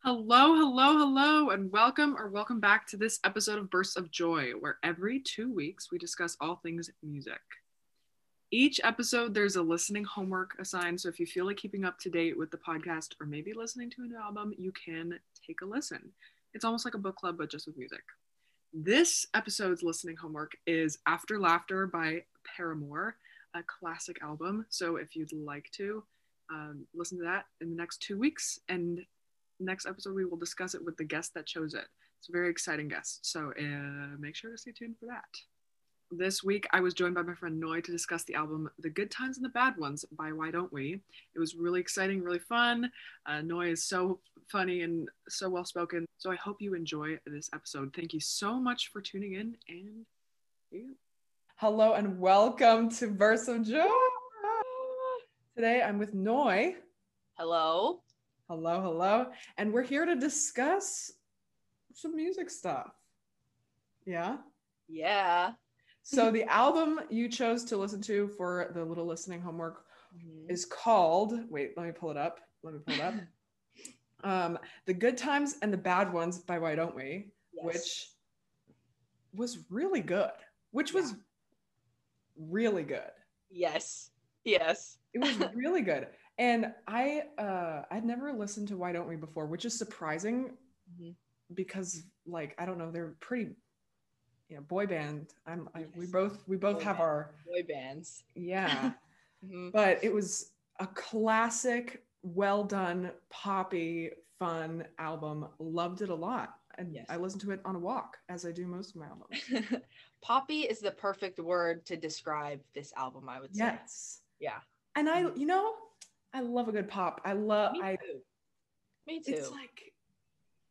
Hello, hello, hello, and welcome or welcome back to this episode of Bursts of Joy, where every two weeks we discuss all things music. Each episode, there's a listening homework assigned, so if you feel like keeping up to date with the podcast or maybe listening to a new album, you can take a listen. It's almost like a book club, but just with music. This episode's listening homework is After Laughter by Paramore, a classic album. So if you'd like to, um, listen to that in the next two weeks and next episode we will discuss it with the guest that chose it. It's a very exciting guest, so uh, make sure to stay tuned for that. This week I was joined by my friend Noy to discuss the album "The Good Times and the Bad Ones" by Why Don't We. It was really exciting, really fun. Uh, Noy is so funny and so well spoken, so I hope you enjoy this episode. Thank you so much for tuning in, and here you go. Hello and welcome to Verse of Joy. Today I'm with Noi. Hello. Hello, hello. And we're here to discuss some music stuff. Yeah. Yeah. So Mm-hmm. the album you chose to listen to for the little listening homework Mm-hmm. is called, wait, let me pull it up. Let me pull it up. Um, the Good Times and the Bad Ones by Why Don't We, Yes. which was really good, which was Yeah. really good. Yes. Yes. It was really good. And I uh I'd never listened to Why Don't We before, which is surprising Mhm. because like I don't know, they're pretty you know, boy band. I'm I, we Yes. both we both Boy have band. our Boy bands. yeah, Mhm. but it was a classic, well done, poppy, fun album. Loved it a lot. And Yes. I listened to it on a walk as I do most of my albums. Poppy is the perfect word to describe this album, I would say. Yes. Yeah. And I Mhm. you know, I love a good pop. I love Me I too. Me too. it's like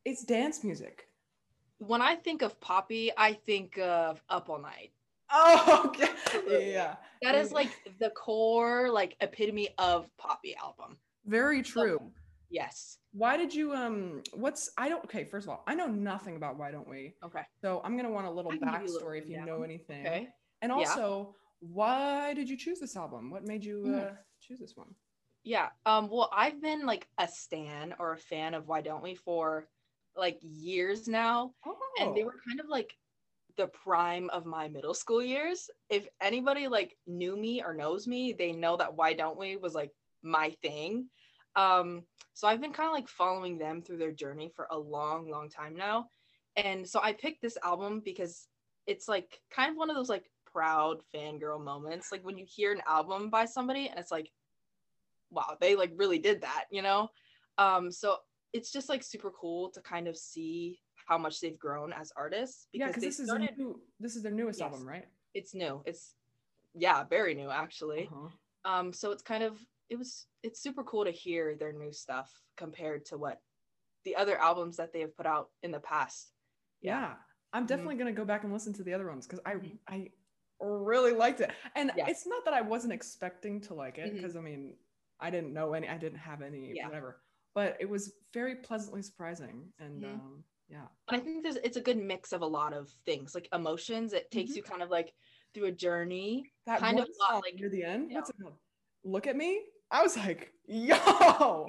it's dance music. when I think of Poppy, I think of Up All Night. Oh, okay. Absolutely. Yeah. That is Mm. like the core, like epitome of Poppy album. Very true. Yes. Why did you um what's I don't okay, first of all, I know nothing about why don't we? Okay. So I'm gonna want a little I can give you a little backstory if you know rundown. anything. Okay. And Yeah. also, why did you choose this album? What made you Mhm. uh, choose this one? Yeah. Um, well, I've been like a stan or a fan of Why Don't We for like years now. Oh and they were kind of like the prime of my middle school years. If anybody like knew me or knows me, they know that why don't we was like my thing. Um, so I've been kind of like following them through their journey for a long, long time now. And so I picked this album because it's like kind of one of those like proud fangirl moments. Like when you hear an album by somebody and it's like, wow, they like really did that, you know? Um, so it's just like super cool to kind of see how much they've grown as artists yeah, because because they this started is new, this is their newest Yes. album, right? it's new. It's yeah, very new actually. Uh-huh. Um, so it's kind of it was it's super cool to hear their new stuff compared to what the other albums that they have put out in the past. Yeah. Yeah. Mm-hmm. I'm definitely gonna go back and listen to the other ones because I Mhm. I really liked it. And Yeah. it's not that I wasn't expecting to like it, Mhm. because I mean I didn't know any, I didn't have any Yeah. whatever. But it was very pleasantly surprising. And Mhm. um yeah. And I think there's it's a good mix of a lot of things, like emotions. It takes Mhm. you kind of like through a journey. That Kind of one lot, song like, near the end. you What's it called? Look at me. I was like, yo.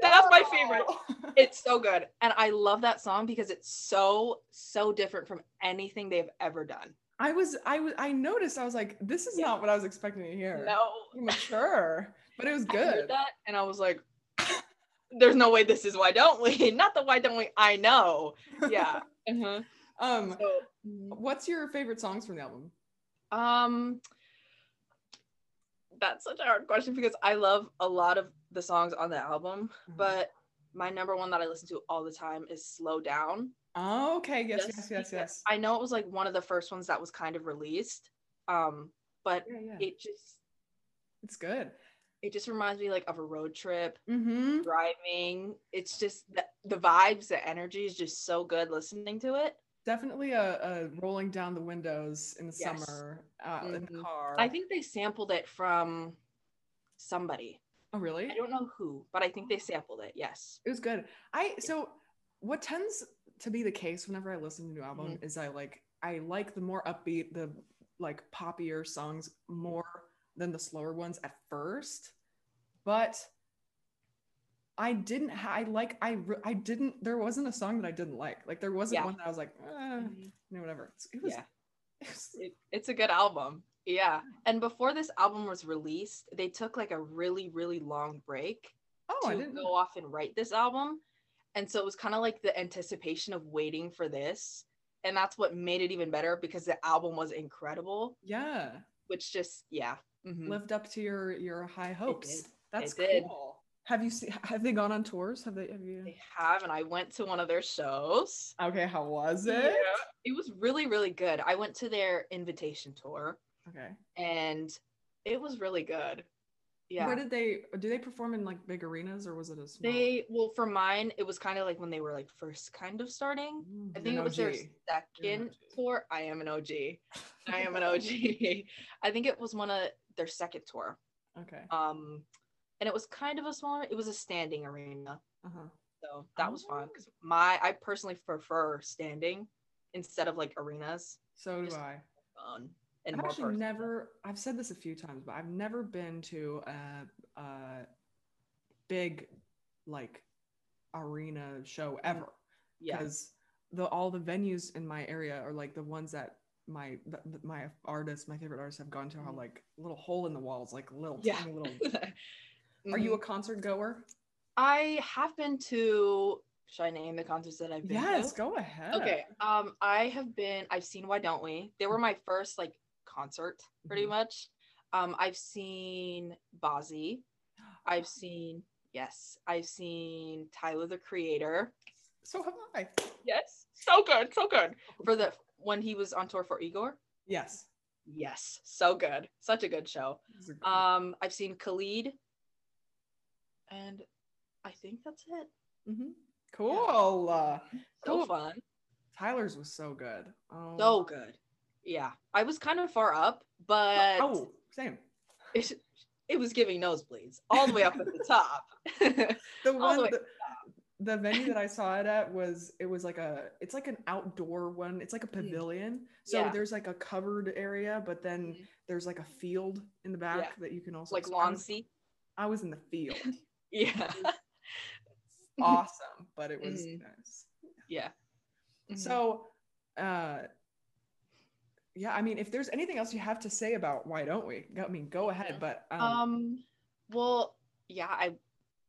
That's my favorite. yo! It's so good. And I love that song because it's so, so different from anything they've ever done. I was I was I noticed I was like, this is Yeah. not what I was expecting to hear. No. You're mature. But it was I heard good. that and I was like, there's no way this is why don't we? Not the why don't we I know. Yeah. Uh-huh. Um So, what's your favorite songs from the album? um that's such a hard question because I love a lot of the songs on the album, but my number one that I listen to all the time is Slow Down. Oh, okay. Yes, Just yes, yes, because yes. I know it was like one of the first ones that was kind of released. Um, but yeah, yeah. it just it's good. it just reminds me like of a road trip Mm-hmm. driving it's just the, the vibes the energy is just so good listening to it Definitely a, a rolling down the windows in the Yes. summer uh, in the Mhm. car. i think they sampled it from somebody Oh, really? i don't know who but i think they sampled it yes It was good. I so what tends to be the case whenever I listen to a new album Mm-hmm. is I like I like the more upbeat, the like poppier songs more than the slower ones at first, but I didn't. Ha- I like. I re- I didn't. There wasn't a song that I didn't like. Like there wasn't Yeah. Mm-hmm. one that I was like, eh, you know, whatever. It's- It was. Yeah. it was- It- it's a good album. Yeah. And before this album was released, they took like a really, really long break oh, I to didn't. go off and write this album. And so it was kind of like the anticipation of waiting for this. And that's what made it even better because the album was incredible, Yeah, which just, yeah. Mhm. lived up to your your high hopes. did. That's It did. cool. Have you seen? Have they gone on tours? Have they? Have you? They have. And I went to one of their shows. Okay, how was Yeah. it? It was really, really good. I went to their invitation tour Okay. and it was really good. Yeah. Where did they? Do they perform in like big arenas or was it a small? They well for mine, it was kind of like when they were like first kind of starting. Mm, I you're think an it was their OG. second OG. tour. I am an OG. I am an OG. I think it was one of their second tour. Okay. Um and it was kind of a smaller, it was a standing arena. Uh-huh. So that was fun. Oh. 'cause My I personally prefer standing instead of like arenas. So do Just- I. Um and I've more actually personal. never. I've said this a few times, but I've never been to a, a big like arena show ever Mm-hmm. yeah. because the all the venues in my area are like the ones that my th- th- my artists, my favorite artists have gone to are Mhm. like little hole in the walls, like little Yeah. tiny little. Are you a concert goer? Mm-hmm. I have been to should I name the concerts that I've been Yes, to? go ahead. Okay. Um, I have been. I've seen Why Don't We? They were my first like concert, pretty Mhm. much. Um, I've seen Bozzy. I've seen yes. I've seen Tyler the Creator. So have I. Yes, so good, so Oh, good. For the when he was on tour for Igor. Yes. Yes, so good. Such a good show. These are great. Um, I've seen Khalid. And I think that's it. Mhm. Cool. Uh, So Cool. fun. Tyler's was so good. Oh. So good. Yeah. I was kind of far up, but Oh, same. it, it was giving nosebleeds all the way up at the top. The the one way the, the venue that I saw it at was it was like a it's like an outdoor one. It's like a pavilion. So Yeah. there's like a covered area, but then Mhm. there's like a field in the back that you can also like so I lawn was- seat. I was in the field. Yeah. Mm-hmm. awesome, but it was Mhm. nice. Yeah. Mhm. So, uh, yeah, I mean, if there's anything else you have to say about why don't we? Go- I mean, go ahead, but um, um well, yeah, I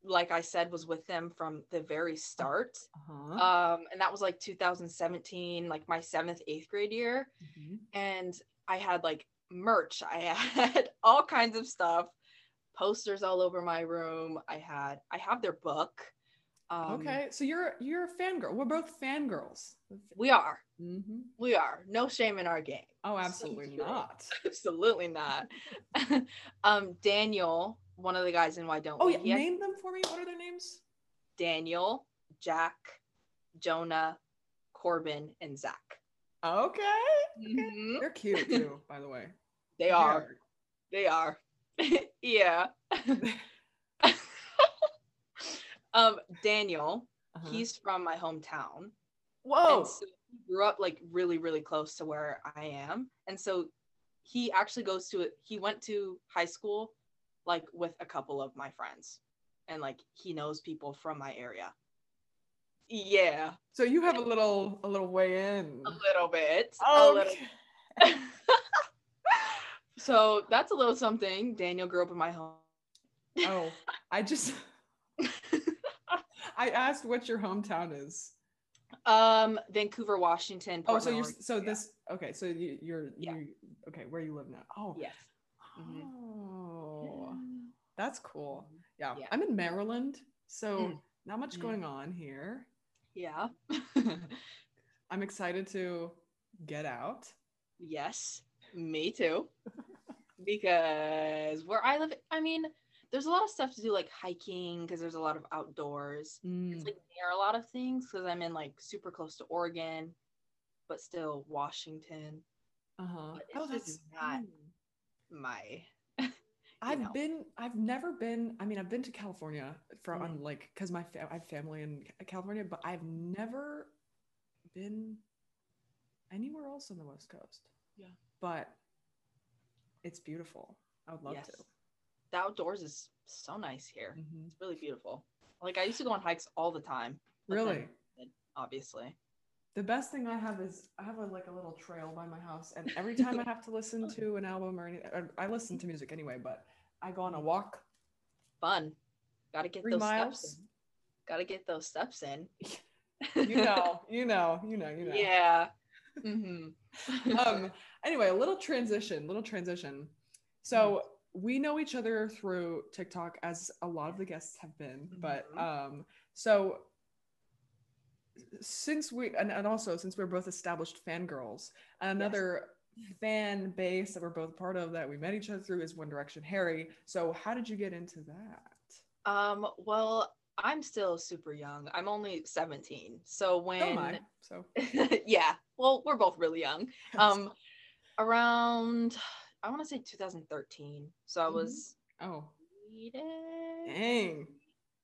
like I said was with them from the very start. uh-huh. Um and that was like 2017, like my 7th 8th grade year. Mhm. and I had like merch. I had all kinds of stuff, posters all over my room. I had I have their book. Um, okay, so you're you're a fangirl. We're both fangirls. we are, Mm-hmm. we are. No shame in our game. Oh, absolutely true. not. Absolutely not. um, Daniel, one of the guys in Why Don't Oh We? yeah, he had name them for me. What are their names? Daniel, Jack, Jonah, Corbin, and Zach. Okay, Mhm. they're cute too, by the way. They are. They are. yeah. um, Daniel, Uh-huh. he's from my hometown. whoa. And so he grew up like really, really close to where I am. And so he actually goes to he went to high school like with a couple of my friends. And like he knows people from my area. Yeah, So you have a little a little way in. a little bit. A little Mm. Oh, Okay. so that's a little something. Daniel grew up in my home. Oh, I just I asked what your hometown is. Um Vancouver, Washington. Oh, so Portland, you're Oregon. so Yeah. this okay? So you, you're Yeah. you okay? Where you live now? Oh, Yes. Mhm. Oh, that's cool. Yeah. Yeah. I'm in Maryland, so Mm. not much Mm. going on here. Yeah. I'm excited to get out. yes, me too. because where I live, I mean, there's a lot of stuff to do, like hiking, because there's a lot of outdoors. Mm, It's like near a lot of things, because I'm in like super close to Oregon, but still Washington, Uh huh. but it's Oh, just that's not- fun. my. I've know. been. I've never been. I mean, I've been to California for Mhm. on like because my fa- I have family in Ca- California, but I've never been anywhere else on the West Coast. Yeah. but it's beautiful. I would love yes. to. The outdoors is so nice here. Mhm. Mm-hmm. It's really beautiful. Like I used to go on hikes all the time. but then Really? COVID, Obviously. The best thing I have is I have a, like a little trail by my house, and every time I have to listen to an album or anything, I listen to music anyway. But I go on a walk Fun. Gotta get three those miles. steps in. Gotta get those steps in. You know, you know, you know, you know. Yeah. hmm Um. Anyway, a little transition. Little transition. So we know each other through TikTok, as a lot of the guests have been. But Mhm. um. So since we and, and also since we're both established fangirls, another fan base that we're both part of that we met each other through is One Direction Harry. So how did you get into that? um, well, I'm still super young. I'm only 17. So when Oh my! So yeah. Well, we're both really young. Um around I want to say 2013. So I Mhm. was oh Mm-hmm. Dang. dang,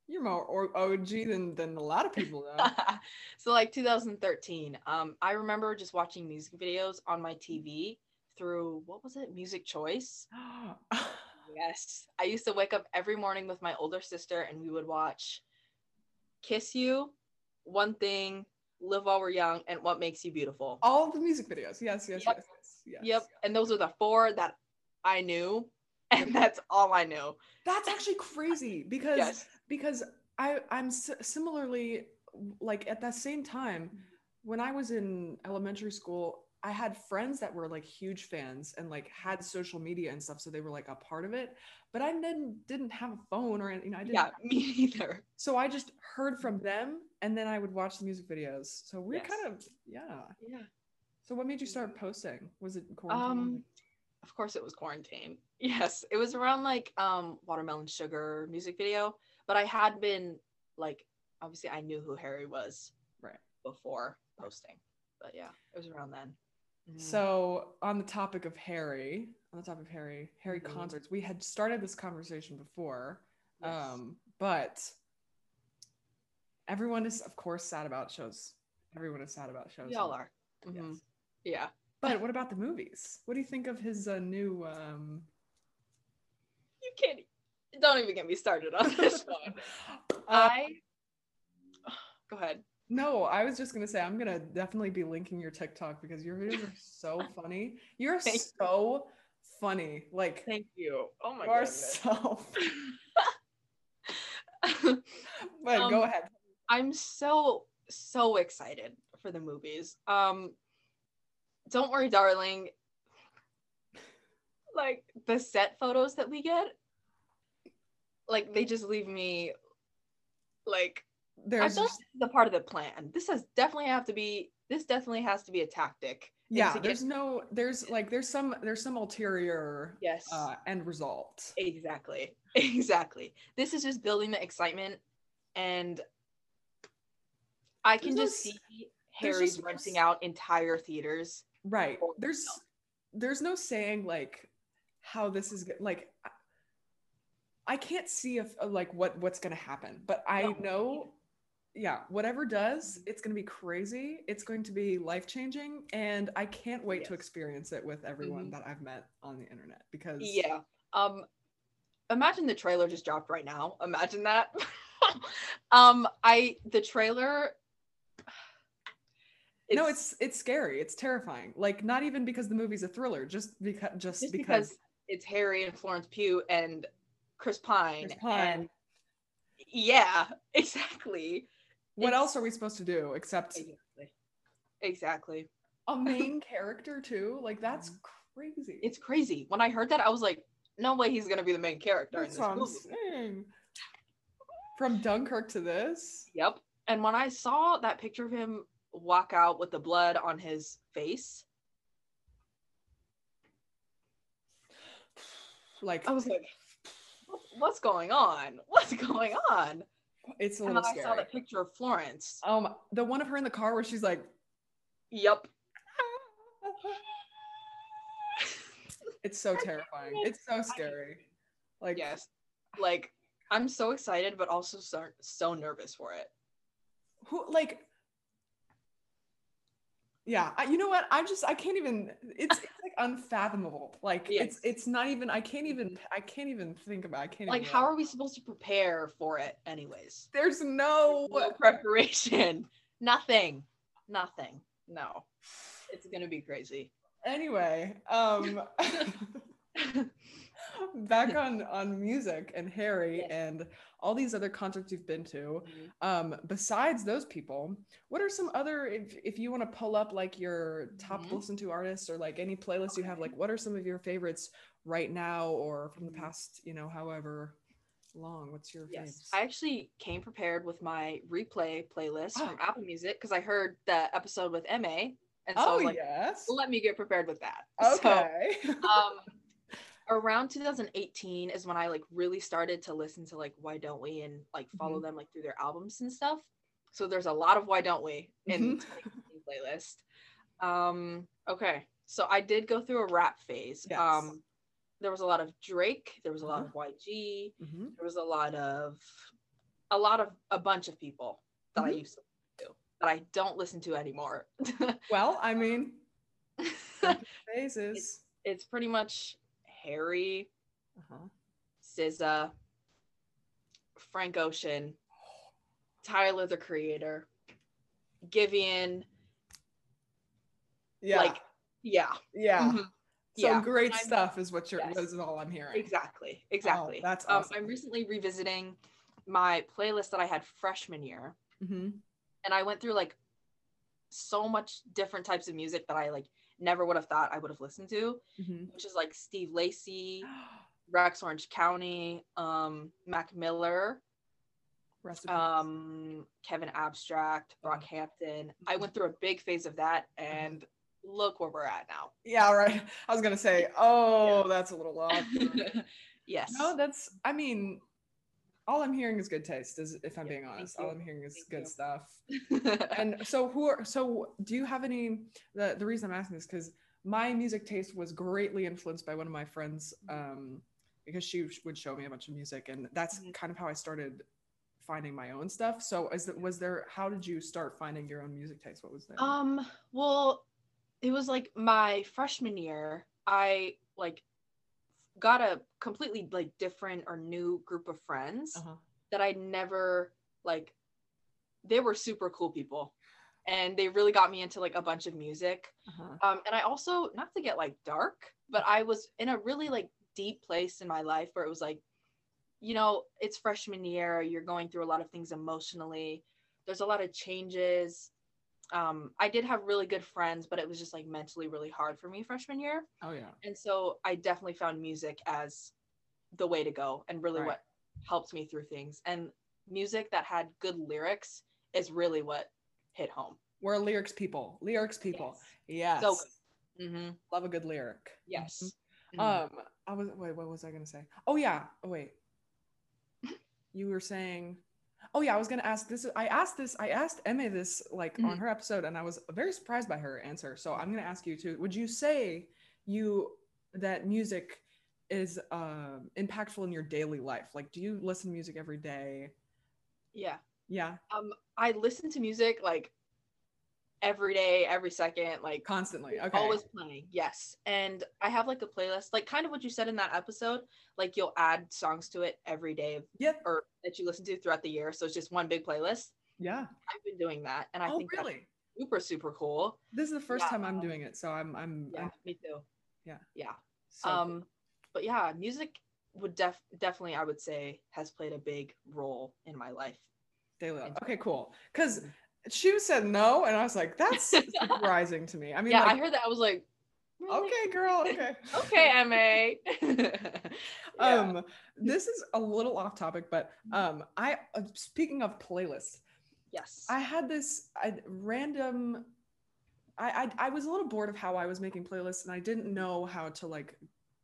you're more or- OG than than a lot of people though. so like 2013. Um, I remember just watching music videos on my TV through what was it? Music Choice. Yes. I used to wake up every morning with my older sister and we would watch Kiss You, One Thing, Live While We're Young, and What Makes You Beautiful. All the music videos. Yes, yes, Yep. yes, yes. Yep. And those are the four that I knew. And that's all I knew. That's actually crazy because Yes. because I I'm s- similarly like at that same time when I was in elementary school, I had friends that were like huge fans and like had social media and stuff, so they were like a part of it. But I didn't didn't have a phone or you know I didn't. Yeah, me neither. So I just heard from them, and then I would watch the music videos. So we're Yes. kind of yeah. Yeah. So what made you start posting? Was it quarantine? Um, of course it was quarantine. Yes, it was around like um watermelon sugar music video, but I had been like obviously I knew who Harry was Right. before posting, but yeah, it was around then. Mhm. So, on the topic of Harry, on the topic of Harry, Harry Mhm. concerts, we had started this conversation before, Yes. um, but everyone is, of course, sad about shows. Everyone is sad about shows. we all are. Mhm. Yes. Yeah. But what about the movies? What do you think of his uh, new? Um... You can't. e, Don't even get me started on this one. Uh, I. Go ahead. no, I was just gonna say I'm gonna definitely be linking your TikTok because your videos are so funny. You're Thank you. so funny. Like Thank you. Oh my you are goodness. so. but go Um, ahead. I'm so so excited for the movies. Um Don't Worry Darling like the set photos that we get like they just leave me like I There's thought just, this is a part of the plan. This has definitely have to be this definitely has to be a tactic. and yeah to get- there's no there's like there's some there's some ulterior yes. uh end result Exactly. Exactly. This is just building the excitement and I can There's just no s- see there's Harry's just no renting s- out entire theaters. right Oh, there's there's no saying like how this is go- like I- i can't see if uh, like what what's gonna happen but i No, me know yeah whatever does Mhm. it's gonna be crazy it's going to be life changing and i can't wait to Yes. experience it with everyone Mhm. that i've met on the internet because Yeah. Um imagine the trailer just dropped right now. Imagine that. um I the trailer no it's it's scary it's terrifying like not even because the movie's a thriller just because just, just because because, it's Harry and Florence Pugh and Chris Pine. Chris Pine. And yeah, exactly. what It's- else are we supposed to do except Exactly. Exactly. a main character too like that's Mhm. crazy It's crazy. When I heard that, I was like, no way he's gonna be the main character in that's this what I'm movie. saying. from dunkirk to this Yep. And when I saw that picture of him walk out with the blood on his face, like I was like, what's going on? What's going on? it's a And little then I saw scary that picture of Florence. um the one of her in the car where she's like Yep. it's so terrifying it's so scary like Yes. Like, I'm so excited, but also so, so nervous for it. who like yeah I, you know what i just i can't even it's, it's like unfathomable. Like Yes. it's it's not even I can't even I can't even think about I can't Like, even how are we supposed to prepare for it, anyways? there's no No preparation. Nothing. Nothing. No. It's gonna be crazy. anyway, um back on on music and Harry Yes. and all these other concerts you've been to. um besides those people what are some other if if you want to pull up like your top Mhm. listen to artists or like any playlist you have Okay. like what are some of your favorites right now or from the Mhm. past you know however long what's your Yes. I faves actually came prepared with my replay playlist Oh. from Apple Music because I heard the episode with MA. And so I oh was like, yes let me get prepared with that. So, okay um around 2018 is when I like really started to listen to like why don't we and like follow Mm-hmm. them like through their albums and stuff. So there's a lot of why don't we in Mhm. the 2018 playlist. Um okay. So I did go through a rap phase. Yes. Um there was a lot of Drake, there was a lot Uh-huh. of YG, Mhm. there was a lot of a lot of a bunch of people that I Mhm. used to listen to that I don't listen to anymore. well i mean phases it's pretty much Harry, uh-huh. SZA, Frank Ocean, Tyler the Creator, Givian. yeah Like- Yeah, yeah Mhm. so yeah. great I'm- stuff is what you're Yes. is all i'm hearing exactly, exactly. Oh, that's awesome. um, I'm recently revisiting my playlist that I had freshman year, Mhm. and I went through like so much different types of music that I like never would have thought I would have listened to, Mhm. which is like Steve Lacy, Rex Orange County, um, Mac Miller, Rest in peace. um Kevin Abstract, Brockhampton. I went through a big phase of that and look where we're at now. Yeah, right. I was gonna say, oh, that's a little off. yes. no, that's. I mean, all I'm hearing is good taste. Is if I'm Yeah, being thank honest, you. all I'm hearing is Thank good you. stuff. And so, who are so? Do you have any? The the reason I'm asking this because my music taste was greatly influenced by one of my friends, Mm-hmm. um, because she sh- would show me a bunch of music, and that's Mhm. kind of how I started finding my own stuff. So, is that was there? How did you start finding your own music taste? What was that? um well it was like my freshman year I like got a completely like different or new group of friends uh-huh. that I'd never like they were super cool people and they really got me into like a bunch of music Uh-huh. um and i also not to get like dark but i was in a really like deep place in my life where it was like you know it's freshman year you're going through a lot of things emotionally there's a lot of changes um i did have really good friends but it was just like mentally really hard for me freshman year Oh yeah. and so i definitely found music as the way to go and really Right. what helped me through things and music that had good lyrics is really what hit home We're lyrics people. Lyrics people. Yes. So mm-hmm. Love a good lyric. yes Mhm. Um, I was wait, what was I gonna say? Oh yeah. Oh wait. You were saying Oh yeah, I was gonna ask this. I asked this, I asked Emma this like Mm. on her episode, and I was very surprised by her answer. So I'm gonna ask you too. Would you say you that music is um impactful in your daily life? Like, do you listen to music every day? yeah Yeah, um i listen to music like every day every second like constantly. it's Okay. always playing yes and i have like a playlist like kind of what you said in that episode like you'll add songs to it every day yeah, or that you listen to throughout the year so it's just one big playlist yeah. i've been doing that and i oh think really? that's super super cool This is the first Yeah, time I'm um, doing it, so I'm I'm, yeah I'm me too Yeah. yeah so um but yeah music would def definitely i would say has played a big role in my life daily life. and- Okay, cool. Because Mm-hmm. she said no, and I was like, that's surprising to me. I mean, yeah i like, heard that i was like really? okay, girl, okay. okay ma Yeah. Mm-hmm. Um, this is a little off topic, but um, I uh, speaking of playlists, Yes. I had this I, random. I, I I was a little bored of how I was making playlists, and I didn't know how to like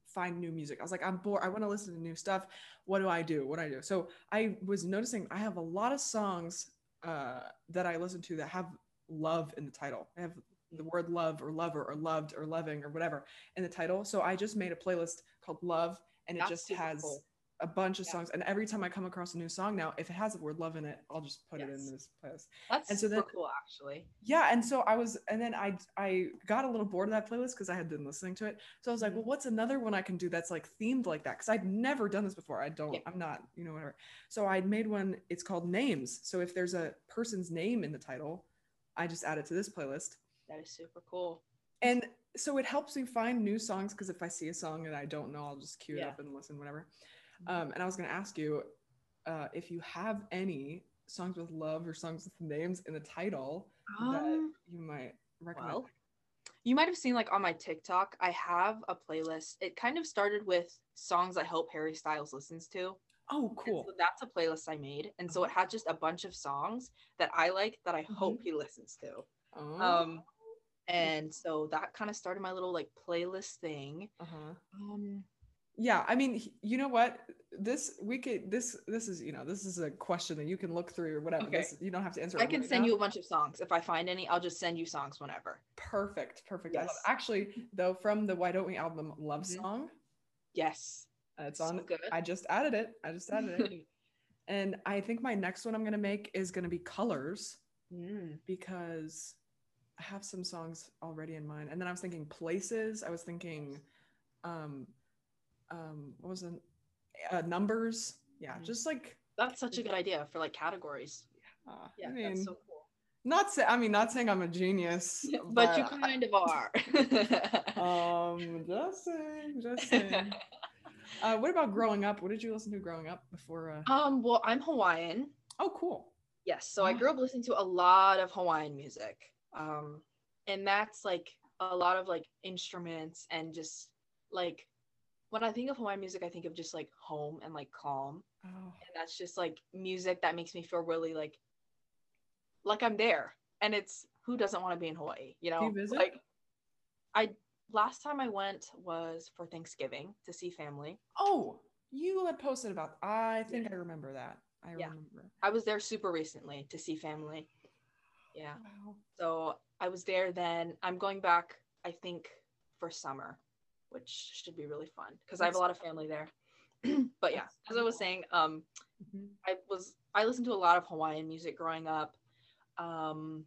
find new music. I was like, I'm bored. I want to listen to new stuff. What do I do? What do I do? So I was noticing I have a lot of songs uh, that I listen to that have love in the title. I have the word love or lover or loved or loving or whatever in the title. So I just made a playlist called Love, and it That's just super has cool. a bunch of Yeah. songs. And every time I come across a new song now, if it has the word love in it, I'll just put it in Yes. this playlist. That's And so super then- cool, actually. Yeah, and so I was, and then I I got a little bored of that playlist because I had been listening to it. So I was like, Mhm. well, what's another one I can do that's like themed like that? Because I'd never done this before. I don't. Yeah. I'm not. You know, whatever. So I made one. It's called Names. So if there's a person's name in the title, I just add it to this playlist. That is super cool. And so it helps me find new songs because if I see a song and I don't know, I'll just cue it Yeah. up and listen, whatever. Um, and I was going to ask you uh, if you have any songs with love or songs with names in the title that Um, you might recommend. Well, you might have seen like on my TikTok, I have a playlist. It kind of started with songs I hope Harry Styles listens to. oh, And cool. Uh-huh. So that's a playlist I made. And so it had just a bunch of songs that I like that I hope he listens to. Mm-hmm. Oh, Um, and so that kind of started my little like playlist thing. uh-huh. Um, Yeah, I mean, he- you know what? This we could this this is you know this is a question that you can look through or whatever. Okay. This, you don't have to answer. I it can right send now. you a bunch of songs. If I find any, I'll just send you songs whenever. perfect, perfect. I love Yes. actually though from the Why Don't We album Love Mhm. Song. Yes. uh, It's so on. good. I just added it. I just added it. and I think my next one I'm gonna make is gonna be Colors Mm, because I have some songs already in mind. And then I was thinking Places. I was thinking, um, um, what was it? Uh, numbers. Yeah, Mhm. just like. that's such a good idea for like categories. Uh, Ah, Yeah, I mean, that's so cool. not say I mean not saying I'm a genius, but, you kind of are. um just saying, just saying. Uh, what about growing up? What did you listen to growing up before? Uh... um, well, I'm Hawaiian. Oh, cool. Yes, so Oh. I grew up listening to a lot of Hawaiian music. Um, and that's like a lot of like instruments and just like when I think of Hawaiian music, I think of just like home and like calm. Oh, And that's just like music that makes me feel really like like I'm there. And it's who doesn't want to be in Hawaii, you know? Do you visit? Like I last time I went was for Thanksgiving to see family. oh, you had posted about. I think I remember that. I Yeah. remember. I was there super recently to see family. Yeah. Wow. So I was there then. I'm going back, I think, for summer, which should be really fun because I have a lot of family there. but yeah, as I was saying, um, Mhm. I was I listened to a lot of Hawaiian music growing up. Um,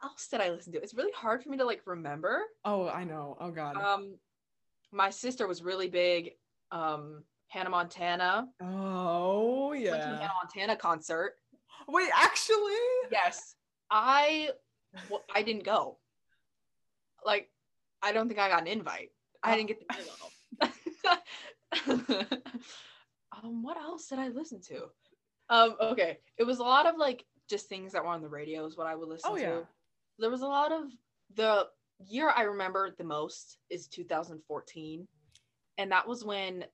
what else did I listen to? It's really hard for me to like remember. Oh, I know. Oh God. Um, my sister was really big. Um, Hannah Montana. oh Went to a yeah. Hannah Montana concert. Wait, actually. yes i w- i didn't go like i don't think i got an invite i didn't get the memo um what else did i listen to um okay it was a lot of like just things that were on the radio is what i would listen Oh, yeah. to there was a lot of the year i remember the most is 2014 and that was when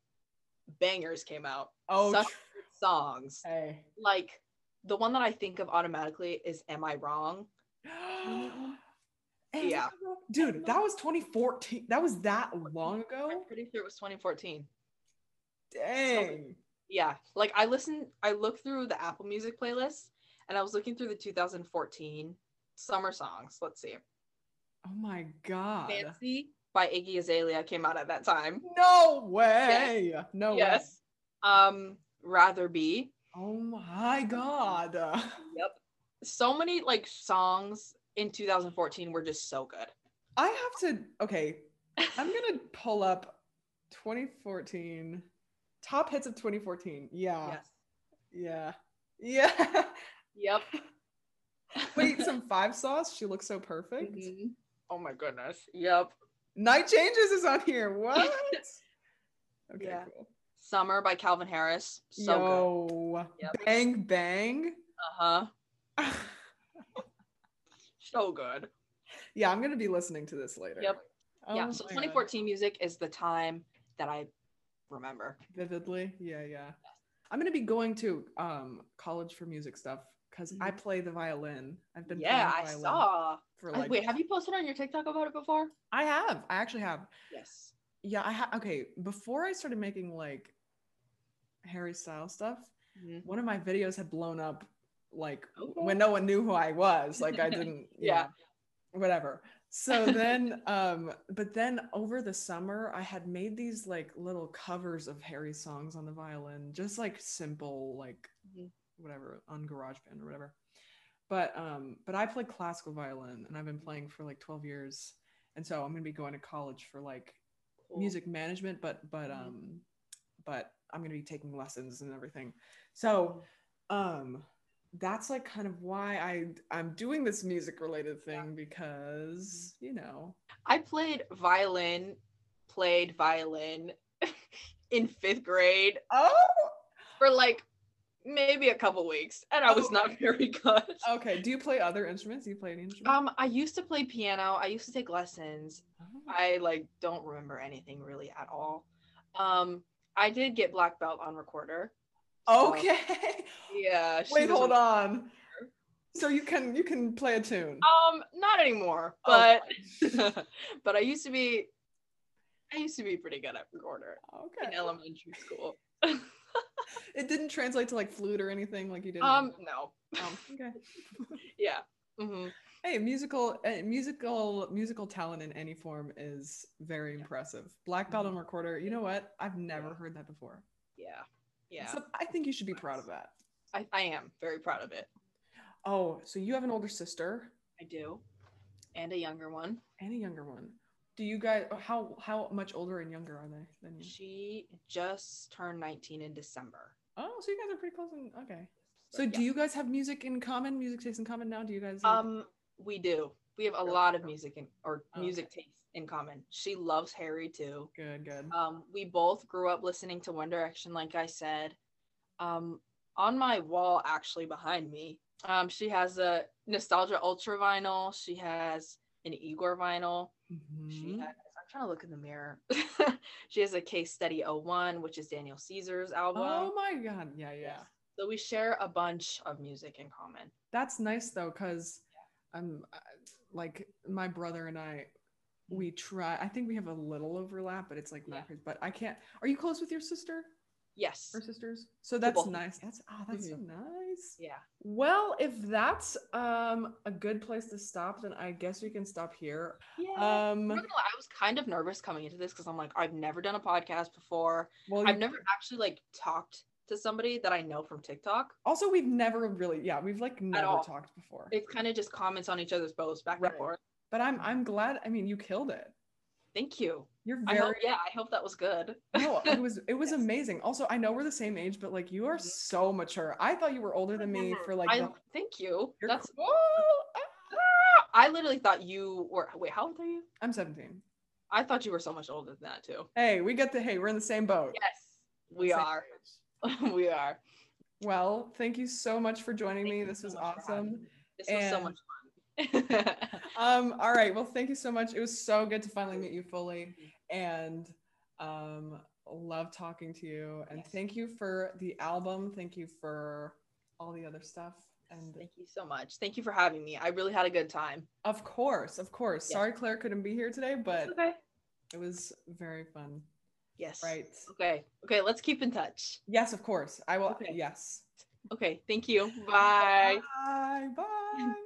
bangers came out Oh. Such tr- good songs Hey. like the one that I think of automatically is Am I Wrong? Hey, Yeah. Dude, that was 2014. That was that long I'm ago. pretty sure it was 2014. Dang. Yeah. Like I listened, I looked through the Apple Music playlist and I was looking through the 2014 summer songs. Let's see. Oh my god. Fancy by Iggy Azalea came out at that time. No way. No yes. Um, Rather Be. way. Oh my god. Yep. So many like songs in 2014 were just so good. I have to okay. I'm gonna pull up 2014 top hits of 2014. Yeah. Yes. Yeah. Yeah. Yep. Wait, some five sauce. She looks so perfect. Mhm. Oh my goodness. Yep. Night changes is on here. What? Okay, Yeah. cool. Summer by Calvin Harris. So good. Yo. Yep. Bang bang. Uh-huh. So good. yeah, I'm gonna be listening to this later. Yep. Oh yeah. So my God. 2014 music is the time that I remember. Vividly. Yeah, yeah. I'm gonna be going to um college for music stuff because I play the violin. I've been Mm-hmm. yeah, I playing the violin saw. for I- like Wait, have you posted on your TikTok about it before? I have. I actually have. Yes. Yeah, I ha- okay. Before I started making like Harry Styles stuff, Mm-hmm. one of my videos had blown up like w- Okay. when no one knew who I was. Like I didn't, Yeah. yeah, whatever. so then um but then over the summer i had made these like little covers of harry songs on the violin just like simple like Mhm. whatever on garageband or whatever but um but i play classical violin and i've been playing for like 12 years and so i'm going to be going to college for like Cool. music management but but Mhm. um but i'm going to be taking lessons and everything so um that's like kind of why i i'm doing this music related thing because Mm-hmm. you know I played violin, played violin in fifth grade oh for like maybe a couple weeks, and I was Oh. not very good. okay do you play other instruments do you play any instrument Um, I used to play piano. I used to take lessons. Oh, I like don't remember anything really at all. Um, I did get black belt on recorder. so- okay Yeah. she wait was a- hold on so you can you can play a tune Um, not anymore, but but I used to be I used to be pretty good at recorder in okay elementary school. it didn't translate to like flute or anything like you did in- Um, no. oh, okay Yeah. hmm Hey, musical, uh, musical, musical talent in any form is very impressive. Black belt on Mm-hmm. recorder. You know what? I've never heard that before. Yeah. Yeah. So I think you should be proud of that. I, I am very proud of it. Oh, so you have an older sister I do. And a younger one. and a younger one. Do you guys? How how much older and younger are they Mm-hmm. than you? She just turned 19 in December. Oh, so you guys are pretty close. And, okay. So do you guys have music in common? Music taste in common now? Do you guys? like- Um, we do. We have a Really? lot of music in, or Okay. music tastes in common. She loves Harry too. good, good. Um, we both grew up listening to One Direction, like I said. Um, on my wall, actually behind me, um, she has a Nostalgia Ultra vinyl. She has an Igor vinyl. She Mhm. has, I'm trying to look in the mirror. she has a Case Study 01, which is Daniel Caesar's album. Oh my god! Yeah, yeah. So we share a bunch of music in common. that's nice though because i'm uh, like my brother and i we try i think we have a little overlap but it's like not Yeah. crazy but i can't are you close with your sister Yes. or sisters so that's both. Mm-hmm. nice that's ah, that's so nice Yeah. well if that's um a good place to stop then i guess we can stop here Yeah. um I was kind of nervous coming into this because I'm like, I've never done a podcast before. well I've you- never actually like talked to somebody that I know from TikTok. also we've never really yeah we've like never all. talked before It's kind of just comments on each other's posts back Right. and forth. but i'm i'm glad i mean you killed it Thank you. you're I very hope, yeah, I hope that was good. no it was it was Yes. amazing also i know we're the same age but like you are Mhm. so mature i thought you were older than me for like Mm-hmm. I the, thank you. you're That's cool. Ah, I literally thought you were wait, how old are you? i'm 17 I thought you were so much older than that too. hey we get the hey we're in the same boat Yes, we Same are. age. we are. well thank you so much for joining Thank me you this so was much for having awesome me. This was so And- much fun. um all right well thank you so much it was so good to finally meet you fully Mm-hmm. and um love talking to you and Yes. thank you for the album thank you for all the other stuff and Thank you so much. Thank you for having me. I really had a good time. of course of course Yes. sorry claire couldn't be here today but Okay. It was very fun. Yes. Right. Okay. Okay. Let's keep in touch. Yes, of course. I will. Okay. Yes. Okay. Thank you. Bye. Bye. Bye.